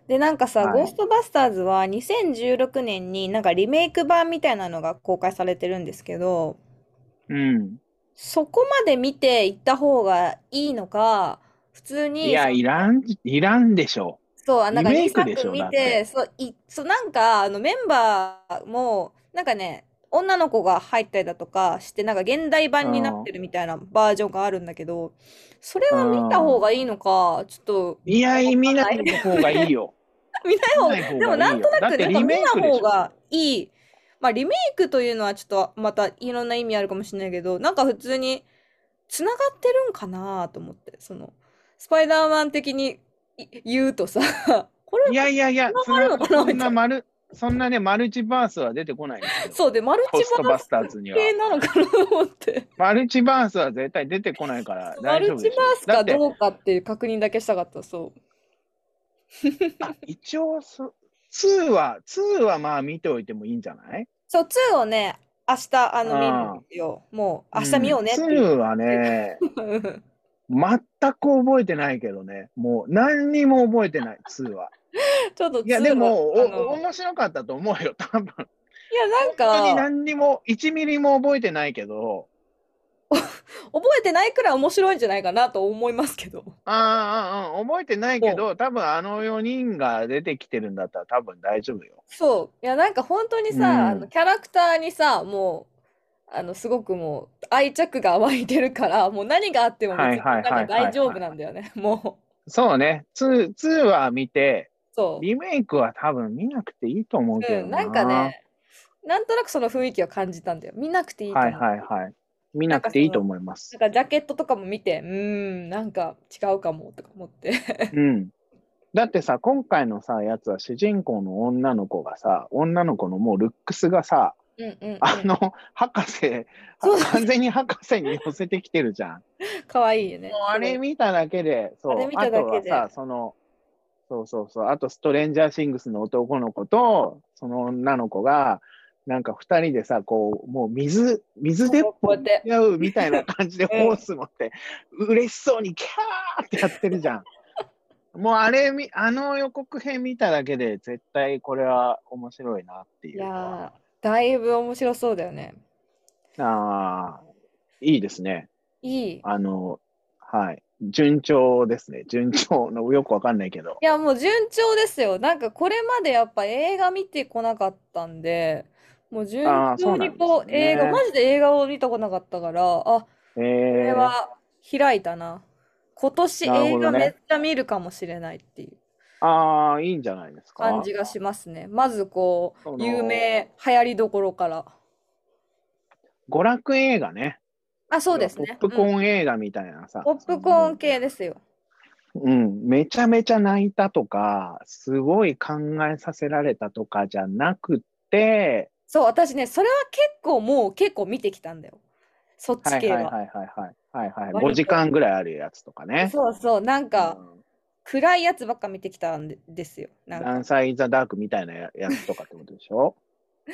S2: で、なんかさ、
S1: はい
S2: ゴーストバスターズは2016年になんかリメイク版みたいなのが公開されてるんですけど、
S1: うん。
S2: そこまで見ていった方がいいのか、普通に、
S1: いや、いらん、いらんでしょ
S2: そう、あなんか
S1: リメ
S2: 2
S1: イクでし
S2: 作
S1: ょ
S2: 見
S1: だって
S2: そう、い、そう、なんか、あの、メンバーも、なんかね、女の子が入ったりだとかして、なんか現代版になってるみたいなバージョンがあるんだけど、それは見た方がいいのか、ちょっと、
S1: う。いや、見ない方がいいよ。
S2: 見ない方が、
S1: いいよ
S2: でもなんとな
S1: だっ
S2: く、
S1: て
S2: なんか見
S1: リメイ
S2: た
S1: クでし
S2: 方
S1: ょ。
S2: がいい。まあ、リメイクというのはちょっと、またいろんな意味あるかもしれないけど、なんか普通に、つながってるんかなと思って、その、スパイダーマン的にい言うとさ、 これ、
S1: いやいやいや、
S2: 繋がるのかな
S1: そんなマル、そんなね、マルチバースは出てこないんですよ。
S2: そうで、マル
S1: ポ
S2: チ
S1: スト
S2: バー
S1: バ
S2: ス
S1: スターズには。
S2: 系なのかなと思って。
S1: マルチバースは絶対出てこないから
S2: マ
S1: 大丈
S2: ル
S1: 夫
S2: チ
S1: で
S2: バ
S1: しょ。
S2: ース
S1: だ
S2: か
S1: って、
S2: どうかっていう確認だけしたかった、そう。
S1: あ一応そ、2は、2はまあ見ておいてもいいんじゃない
S2: そう、2をね、明日、あの、見
S1: あ
S2: る
S1: ー
S2: んですよ。もう、明日見ようねって
S1: ん
S2: いう。
S1: 2はね、全く覚えてないけどね、もう何にも覚えてない、2は。
S2: ちょっと
S1: いや、
S2: 2
S1: でも、
S2: をあの
S1: お面白かったと思うよ、多分。
S2: いや、なん
S1: 本当に
S2: か、
S1: 何にも、1ミリも覚えてないけど、
S2: 覚えてないくらい面白いんじゃないかなと思いますけ ど。
S1: ああ、うんうん、覚えてないけど、多分あの4人が出てきてるんだったら多分大丈夫よ。
S2: そう。いや、なんか本当に
S1: うん
S2: さ、あの、キャラクターにさ、もう、あの、すごくもう、愛着が湧いてるから、もう何があっても別
S1: は
S2: に
S1: い
S2: な
S1: は
S2: ん
S1: い
S2: か
S1: はいはい
S2: 大丈夫なんだよね。 もう、
S1: そうね、2、2は見て、
S2: そう。
S1: リメイクは多分見なくていいと思うけ
S2: う
S1: ど
S2: ん、
S1: な。
S2: なんかね、なんとなくその雰囲気を感じたんだよ。見なくていいと
S1: は
S2: 思。
S1: いうはいはい。見なくていいと思いま
S2: な
S1: す
S2: ん。かジャケットとかも見て、うーん、なんか違うかもとか思って。
S1: うん。だってさ、今回のさ、やつは主人公の女の子がさ、女の子のもうルックスがさ、
S2: うんうんうん。
S1: あの、博士、
S2: そうそう
S1: 完全に博士に寄せてきてるじゃん。
S2: かわいいよね。
S1: もうあれ見ただけで、そう、
S2: あれ見ただけで
S1: あとはさ、その、そうそうそう、あとストレンジャーシングスの男の子と、その女の子が、なんか二人でさ、こう、もう水、水鉄
S2: こう
S1: 砲
S2: やって
S1: やうみたいな感じで
S2: うん
S1: ホース持って、嬉しそうにキャーってやってるじゃん。 もうあれみ、あの予告編見ただけで、絶対これは面白いなってい
S2: いう
S1: のは。
S2: やー、だいぶ面白そうだよね。
S1: ああ、いいですね。
S2: いい。い
S1: あの、はい。順調ですね。順調の、よくわかんないけど。
S2: や、もう順調ですよ。なんかこれまでやっぱ映画見てこなかったんで、もう順
S1: あー
S2: 調
S1: そう
S2: に
S1: なんです
S2: こう映画、
S1: ね
S2: マジで映画を見てこなかったから、あ、
S1: え
S2: これ
S1: ー、
S2: は開いたな。今年
S1: なる
S2: 映
S1: ほ
S2: 画
S1: どね
S2: めっちゃ見るかもしれないっていう。
S1: ああ、いいんじゃないですか。
S2: 感じがしますね。まずこ
S1: そうの
S2: 有名流行りどころから。
S1: 娯楽映画ね。
S2: あ、そうですね。
S1: ポップコ
S2: うん
S1: ーン映画みたいなさ。
S2: ポップコーン系ですよ。
S1: うん。めちゃめちゃ泣いたとか、すごい考えさせられたとかじゃなくて、
S2: そう、私ね、それは結構もう結構見てきたんだよ。そっ
S1: は
S2: ち
S1: い
S2: 系
S1: はいはい
S2: は。
S1: はいはい。は
S2: 割
S1: い
S2: と
S1: はい。5時間ぐらいあるやつとかね。
S2: そうそう、なんか
S1: うん
S2: 暗いやつばっか見てきたんでですよ。なん
S1: ダ
S2: か
S1: ンサー・イン・ザ・ダークみたいなやつとかってことでしょ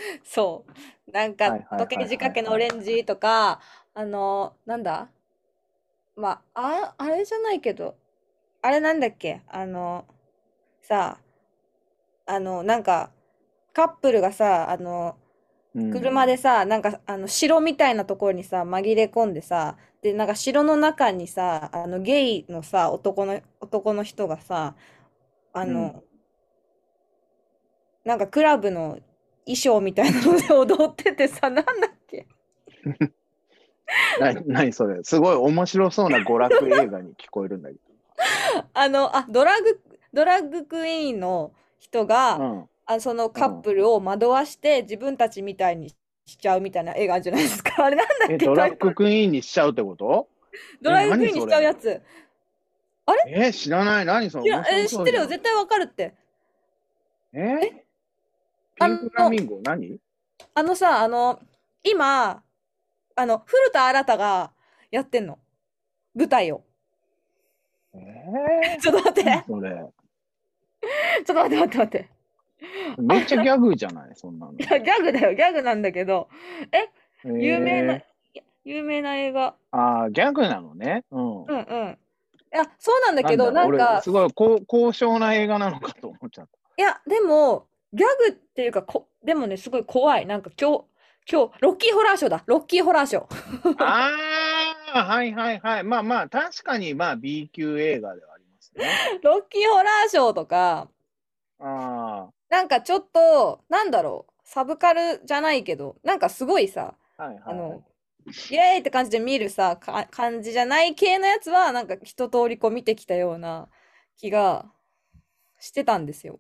S2: そう。なんか
S1: はいはいはいはい
S2: 時計仕掛けのオレンジとか、あの、なんだまあ、あ、あれじゃないけど、あれなんだっけあの、さ、あの、なんか、カップルがさ、あの、
S1: うん
S2: 車でさ、なんかあの城みたいなところにさ、紛れ込んでさ、で、なんか城の中にさ、あのゲイのさ、男の、男の人がさ、あの、なんかクラブの衣装みたいなの で踊っててさ、なんだっけ
S1: な何それすごい面白そうな娯楽映画に聞こえるんだけ
S2: あの、あ、ドラッグ、ドラッグクイーンの人
S1: ど。う
S2: が、
S1: ん、
S2: あ、そのカップルを惑わして自分たちみたいにしちゃうみたいな映画あるじゃないですか。あれなんだっ
S1: え
S2: け
S1: ドラ
S2: タ
S1: ッ
S2: イトル
S1: グクイーンにしちゃうってこと
S2: ドラッグクイーンにしちゃうやつ。
S1: え知らない何その
S2: いや、えー、知ってるよ。絶対わかるって。
S1: えーピ
S2: あ
S1: ン
S2: の
S1: クフラミンゴ何
S2: あのさ、あの、今、あの、古田新太がやってんの。舞台を。
S1: え
S2: ちょっと待っ
S1: ー、何
S2: て。ちょ
S1: それ
S2: っと待って待って待って。
S1: めっちゃギャグじゃないそんなの。
S2: いや、ギャグだよ。ギャグなんだけど。 有名な
S1: えー、
S2: 有名な映画。
S1: あーギャグなのね。うん。
S2: うんうん。いや、そうなんだけど、
S1: な
S2: なんん
S1: だろう俺
S2: か、
S1: すごい高高尚な映画なのかと思っちゃっ
S2: いや、でも、ギャグっていうか、こ、でもね、すごい怖い。なんか、恐、今日、ロッキーホラーショーだ。ロッキーホラーショー。
S1: ああ、はいはいはい。まあまあ、確かにまあ B 級映画ではありますね。
S2: ロッキーホラーショーとか、
S1: あ
S2: なんかちょっと、なんだろう、サブカルじゃないけど、なんかすごいさ、
S1: あ、はいはい、
S2: あの、イエーイって感じで見るさ、か感じじゃない系のやつは、なんか一通りこう見てきたような気がしてたんですよ。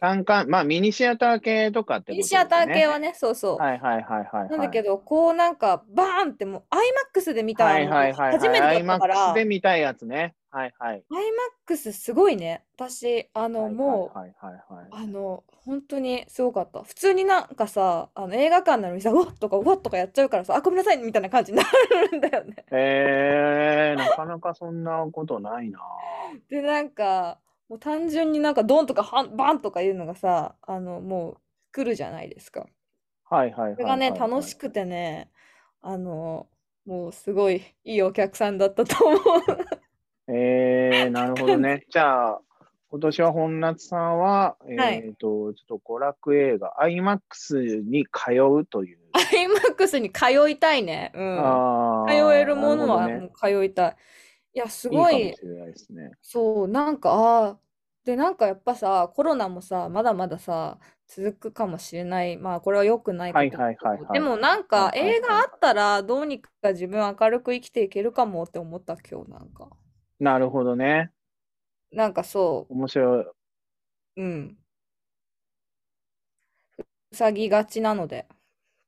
S1: 単館、まあミニシアター系とかってことですね。
S2: ミニシアター系はね、そうそう。
S1: はいはいはいはい、はい。
S2: なんだけど、こうなんか、バーンってもう、IMAX で見た
S1: はい
S2: の
S1: はいはい、はい。
S2: 初めてだったから、
S1: IMAX で見たいやつね。はいはい。
S2: IMAX すごいね。私、あの、もう、
S1: はいはいはいはい、
S2: あの、本当にすごかった。普通になんかさ、あの映画館なのにさ、うわっとか、うわっとかやっちゃうからさ、あ、ごめんなさいみたいな感じになるんだよね。
S1: えー、なかなかそんなことないな。
S2: で、なんか、もう単純になんかドンとかハンバンとかいうのがさ、あの、もう来るじゃないですか。
S1: はいはいはい、はい。
S2: それがね、楽しくてね、あの、もうすごいいいお客さんだったと思う。
S1: えー、なるほ どね。じゃあ、今年は本夏さんは、えっ、
S2: はい
S1: と、ちょっと娯楽映画、IMAX に通うという。
S2: IMAX に通いたいね。うん。
S1: あ
S2: 通
S1: ー
S2: えるものは
S1: なるほど
S2: も
S1: ね
S2: う通いたい。いや、す
S1: いいかも
S2: ご
S1: し
S2: い。
S1: れないですね。
S2: そう、なんか、ああ、で、なんかやっぱさ、コロナもさ、まだまださ、続くかもしれない。まあ、これは良くない
S1: はい
S2: ことだ
S1: はい
S2: けど
S1: はいはい
S2: でもなんか、
S1: はいはいはい
S2: 映画あったら、どうにか自分明るく生きていけるかもって思った、今日なんか。
S1: なるほどね。
S2: なんかそ
S1: 面白い。
S2: う、うん。ふさぎがちなので、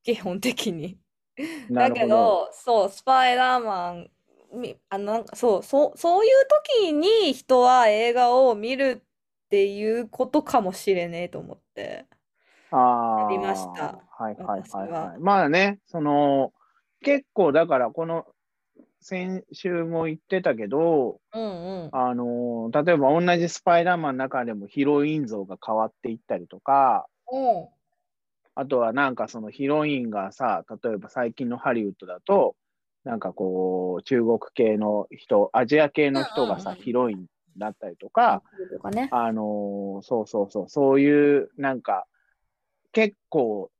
S2: 基本的に。
S1: な
S2: だ
S1: る
S2: け
S1: ほど。
S2: ど、そう、スパイダーマン、みあの、なんかそう、そう、そういう時に人は映画を見るっていうことかもしれねえと思って。
S1: あ
S2: ありました
S1: ーはいはいはい、
S2: 私は
S1: はい。まあね、その、結構だから、この、先週も言ってたけど、
S2: うんうん。
S1: あのー例えば同じスパイダーマンの中でもヒロイン像が変わっていったりとか、
S2: うん。
S1: あとはなんかそのヒロインがさ、例えば最近のハリウッドだと、なんかこう、中国系の人、アジア系の人が
S2: う
S1: さ、
S2: んうんうん
S1: ヒロインだったりとか、
S2: とかね。
S1: あのーそうそうそう、そういうなんか、結構、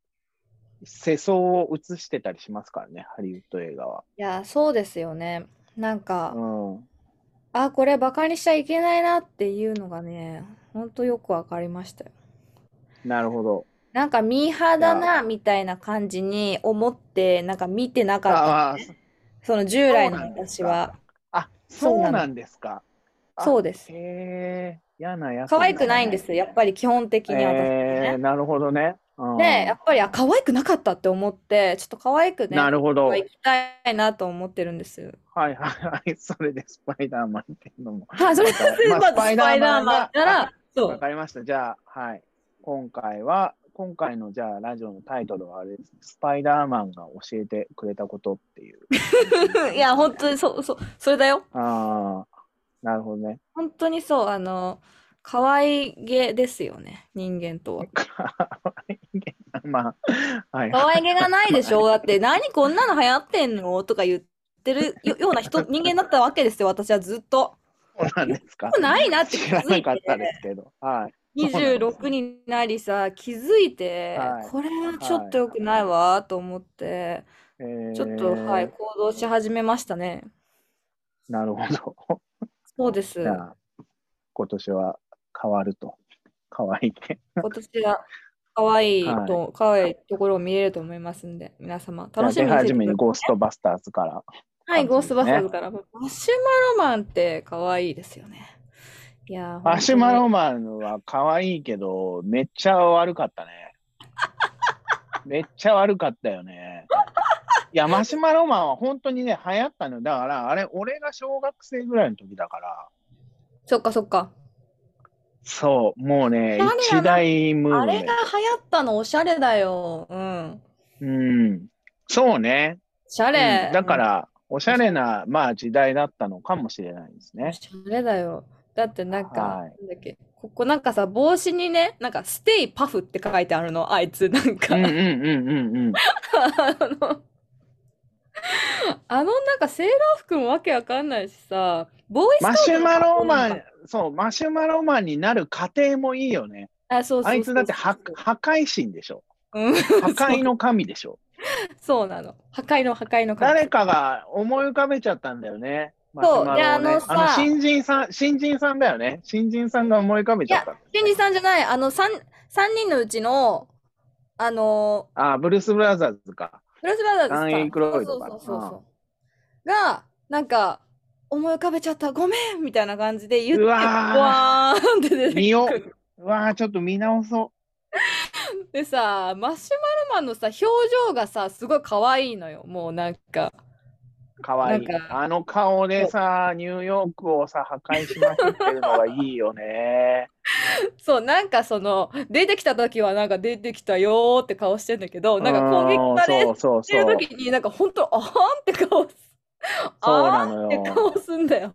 S1: 世相を映してたりしますからね、ハリウッド映画は。
S2: いや、そうですよね。なんか、
S1: うん。
S2: あ、これバカにしちゃいけないなっていうのがね、ほんとよくわかりましたよ。
S1: なるほど。
S2: なんかミーハーだ
S1: い
S2: なみたいな感じに思って、なんか見てなかった。
S1: ああ、
S2: その従来の
S1: そうなんです
S2: 私
S1: か
S2: は。
S1: あ、
S2: そう
S1: そう
S2: なの
S1: なんですか。あ
S2: そうです。
S1: へえ、嫌なやつ。
S2: 可愛くないんですよ。やっぱり基本的
S1: え
S2: に私
S1: え
S2: ね。
S1: なるほどね。うん
S2: で、やっぱり、あ、可愛くなかったって思って、ちょっと可愛くね、
S1: なるほど。は
S2: 行
S1: い
S2: きたいなと思ってるんですよ。
S1: はいはい。それでスパイダーマンっていうのも。
S2: はい、 それ
S1: わかるまあ
S2: まずスパイダーマン
S1: が
S2: から、そ
S1: わ
S2: う。
S1: かりました。じゃあ、はい。今回は、今回のじゃあラジオのタイトルはあれです。スパイダーマンが教えてくれたことっていう。
S2: いや、本当にそう、そう、それだよ。
S1: ああ、なるほどね。
S2: 本当にそう、あの、可愛げですよね、人間 とは。
S1: まあ、はい。
S2: 可愛げがないでし ょだって、何こんなの流行ってんのとか言ってる よような人、人間だったわけですよ、私はずっと。
S1: そうなんですか。
S2: ないなって気
S1: 知ら
S2: づ
S1: ないかった
S2: て。
S1: ですけど。はい。
S2: 26になりさ、気づいて、
S1: はい
S2: これはちょっと良くないわと思って、
S1: えー
S2: ちょっと、はい、行動し始めましたね。
S1: なるほど。
S2: そうです。
S1: じゃあ、今年は変わると。可愛いね。
S2: 今年は可愛い
S1: はい
S2: と、可愛いところを見れると思いますんで、皆様、楽しみ
S1: じ
S2: に
S1: ゃあ
S2: して
S1: 出始
S2: て
S1: め
S2: く
S1: に
S2: だ
S1: ゴーストバスターズから。
S2: さい。はい、
S1: ゴ
S2: ゴ
S1: ー
S2: ー
S1: ス
S2: ス
S1: ト
S2: ト
S1: バ
S2: バ
S1: ス
S2: ス
S1: タ
S2: タ
S1: ー
S2: ー
S1: ズ
S2: ズ
S1: ね
S2: から、マシュマロマンって可愛いですよね。いやー、
S1: マシュマロ
S2: ン。
S1: マンは可愛いけど、めっちゃ悪かったね。 めっちゃ悪かったよね。いや、マシュマロマンは本当にね、流行ったのよ。だから、あれ、俺が小学生ぐらいの時だから、
S2: そっかそっか。
S1: そう、もうね、
S2: あれ
S1: 一大ムー
S2: あ
S1: ブメ
S2: れ
S1: ン
S2: が流行ったのおしゃれだよ。うん。
S1: ト。うん。そうね。
S2: おしゃ
S1: う
S2: れ
S1: ん。だから、おしゃれな、まあ、時代だったのかもしれないです
S2: お
S1: ね。
S2: しゃれだよ。だってなんか、
S1: はい
S2: なんだっけ、ここなんかさ、帽子にね、なんか、ステイパフって書いてあるの、あいつ、なん
S1: う
S2: か、
S1: ん う
S2: あ
S1: んうんうんうん。
S2: の、あのなんかセーラー服もわけわかんないしさ、ボーイスカウ
S1: マ
S2: ト
S1: シュマロマ
S2: なん
S1: ン
S2: か、
S1: そう、マシュマロマンになる過程もいいよね。
S2: あ、そうそう
S1: あいつだって
S2: そう
S1: は破壊神でしょ。
S2: うん、
S1: 破壊の神でし ょ。
S2: そうなの。破壊の破壊の
S1: 誰かが思い浮かべちゃったんだよね。
S2: そう
S1: マシュマロをね
S2: であのさ神
S1: 新人さん、新人さんだよね。新人さんが思い浮かべちゃった。
S2: ケンジさんじゃない、あの3、三人のうちの、あの
S1: あ、ブルース・ブラザーズか。
S2: ー、ブルース・バラザーズか。
S1: ダン・エイクロイドか
S2: そ
S1: な
S2: うそうそうそう。が、なんか、思い浮かべちゃった、ごめんみたいな感じで言って、
S1: うわー
S2: わーんって出て
S1: 見よ
S2: くる。
S1: うわあ、ちょっと見直そ
S2: でさ、マシュマロマンのさ、表情がさ、すごい可愛いのよ。もうなんか、
S1: う。かわいい
S2: なん。か
S1: あの顔でさ、ニューヨークをさ、破壊しまくってるのがいいよね。
S2: そう、なんかその、出てきた時はなんか出てきたよーって顔してんだけど、 なんか攻撃され
S1: うんそうそう
S2: てる
S1: そう。
S2: 時になんか本当、あーんって顔す、
S1: そう
S2: あ
S1: な
S2: ーんっ
S1: の
S2: て
S1: よ。
S2: 顔すんだよ。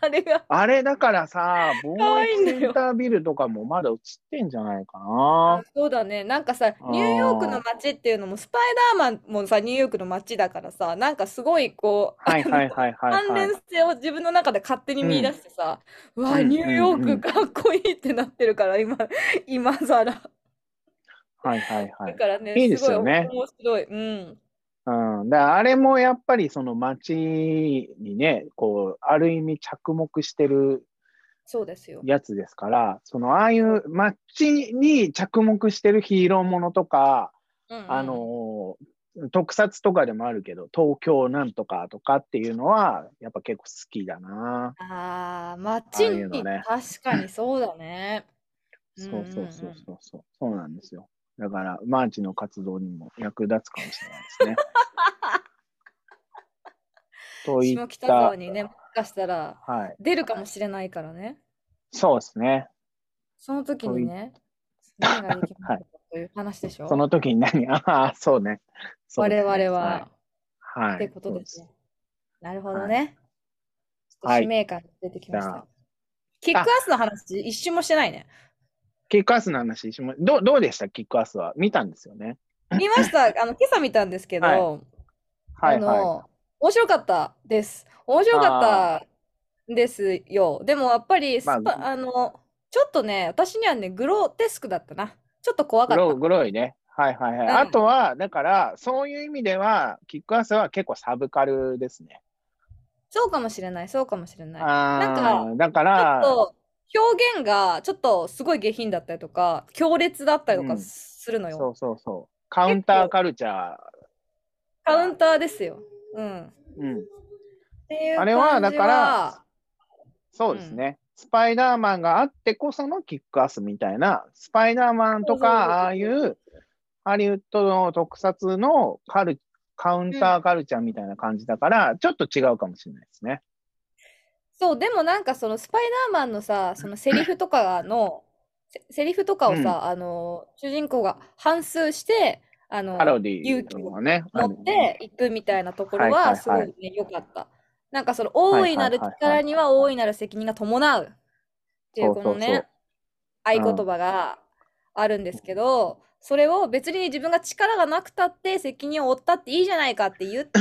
S2: あれが、
S1: あれだからさ、
S2: 可
S1: 貿
S2: 愛いんだよ
S1: 易センタービルとかもまだ映ってんじゃない かな。
S2: そうだね。なんかさ、ニューヨークの街っていうのも、スパイダーマンもさ、ニューヨークの街だからさ、なんかすごいこう、
S1: はいはいはいはい、
S2: 関
S1: はい
S2: 連。性を自分の中で勝手に見出してさ、うわ、
S1: うん
S2: ニューヨ
S1: うんう
S2: ー
S1: ん
S2: クかっこいいってなってるから、今、 今更。だ
S1: はいはいはい。
S2: からね、
S1: いいですす
S2: ごい
S1: よね
S2: 面白い。うん。
S1: うん、だからあれもやっぱりその街にね、こう、ある意味着目してる
S2: そうですよ。
S1: やつですから、そのああいう街に着目してるヒーローものとか、
S2: うんうん
S1: あのー特撮とかでもあるけど、東京なんとかとかっていうのは、やっぱ結構好きだな。
S2: ああ、街
S1: ああいうの
S2: に、
S1: ね
S2: 確かにそうだね。
S1: そう
S2: うんうんうん
S1: そうそうそうそう、そうなんですよ。だから、マーチの活動にも役立つかもしれないで すね。とい
S2: 下
S1: っ
S2: 北
S1: た、
S2: 沢にね、もしかしたら
S1: はい、
S2: 出るかもしれないからね。
S1: そうですね。
S2: その時
S1: そうい
S2: にね、何ができま
S1: は
S2: すかという話でしょ
S1: その時に何 ああ、そうね。そう
S2: 我
S1: です
S2: 々
S1: ね
S2: は。
S1: はい。はい
S2: ってことです
S1: そう
S2: ね。なるほどね。ちょっ
S1: は
S2: と
S1: い
S2: 使命感出てきまし
S1: じゃ
S2: た。キックアスの話、一瞬もしてないね。
S1: キックアスの話しまどう、どうでしたキックアスは。見たんですよね。
S2: 見ま した。あの、今朝見たんですけ
S1: はい
S2: ど、
S1: は
S2: あ
S1: いは
S2: の、面白かったです。面白かったですよ。でもやっぱりスパ、
S1: まあ
S2: あの、ちょっとね、私にはね、グロテスクだったな。ちょっと怖
S1: い。
S2: か
S1: グ
S2: った。
S1: ログロいね。はいはいはい。
S2: うん
S1: あとは、だから、そういう意味では、キックアスは結構サブカルですね。
S2: そうかもしれない、そうかもしれない。
S1: ああ
S2: な
S1: ー、だか
S2: ちょっ
S1: ら、
S2: と表現がちょっとすごい下品だったりとか、強烈だったりと
S1: う
S2: か
S1: ん
S2: するのよ。
S1: そうそうそう。カウンターカルチャー。
S2: カウンターですよ。うん。っ
S1: うん。
S2: ていう
S1: あれは
S2: 感
S1: だ
S2: じ
S1: からそうですね。スパイダーマンがあってこそのキックアスみたいな、スパイダーマンとか、ああ
S2: そう
S1: い
S2: そうそう
S1: うハリウッドの特撮のカルカウンターカルチャーみたいな感じだから、ちょっと違うかもしれないですね。
S2: そう、でもなんかそのスパイダーマンのさ、そのセリフとかの、せセリフとかをさ、
S1: うん
S2: あの、主人公が反数して、あの、
S1: パロディ
S2: 勇
S1: ー
S2: 気
S1: と
S2: を
S1: かね。
S2: 持っていくみたいなところ
S1: はいはいは
S2: はいすごいね、良かった。なんかその、大いなる
S1: はいはいはいは
S2: 力
S1: い
S2: には大いなる責任が伴うっていう
S1: そ
S2: こ
S1: うそうそ
S2: の
S1: う
S2: ね、合言葉があるんですけど、それを別に自分が力がなくたって責任を負ったっていいじゃないかって言って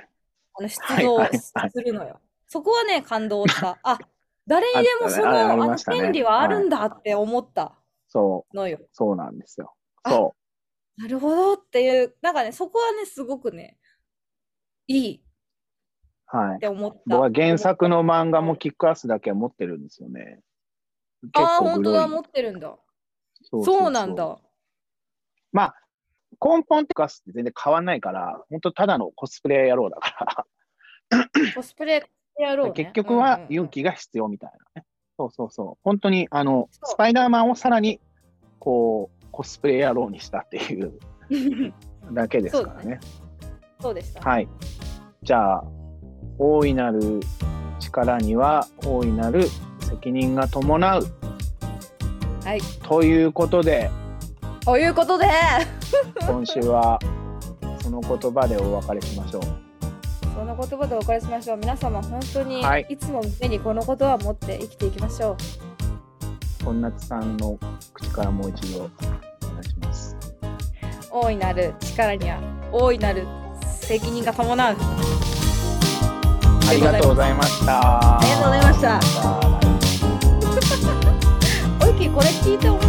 S2: あの出
S1: は
S2: 動
S1: いはい
S2: す
S1: はい
S2: るのよ。そこはね感動 した。あ誰にでもその
S1: あったねあ
S2: あ
S1: あり
S2: の
S1: ましたね
S2: 権利はあるんだって思った
S1: そ
S2: のよ。
S1: う、そうなんですよ。
S2: あ
S1: そ
S2: なるほどっていうなんかねそこはねすごくねいいっ
S1: う。はい。
S2: て思った。
S1: 僕は原作の漫画もキックアスだけは持ってるんですよね。結
S2: ああ
S1: 構
S2: 本
S1: グロ
S2: 当
S1: い
S2: だ持ってるんだ。
S1: そう
S2: そうなんだ。。
S1: まあ、根本とかって全然変わんないから、本当ただのコスプレ野郎だか
S2: コスプレやろうね。
S1: ら、結局
S2: うんうん
S1: は
S2: うん
S1: 勇気が必要みたいなね。そうそうそう。本当に、あの、
S2: そう
S1: スパイダーマンをさらに、こう、コスプレ野郎にしたっていうだけですから
S2: そう
S1: ね。
S2: そうでした。
S1: はい。じゃあ、大いなる力には大いなる責任が伴う
S2: はい。
S1: ということで、
S2: ということで、
S1: 今週はその言葉でお別れしましょう。
S2: その言葉でお別れしましょう。皆様、本当に
S1: はい
S2: いつも目にこの言葉を持って生きていきましょう。
S1: 本夏さんの口からもう一度お願いします。
S2: 大いなる力には大いなる責任が伴う。
S1: ありがとうございました。
S2: ありがとうございました
S1: また来週
S2: オッキー、これ聞いて思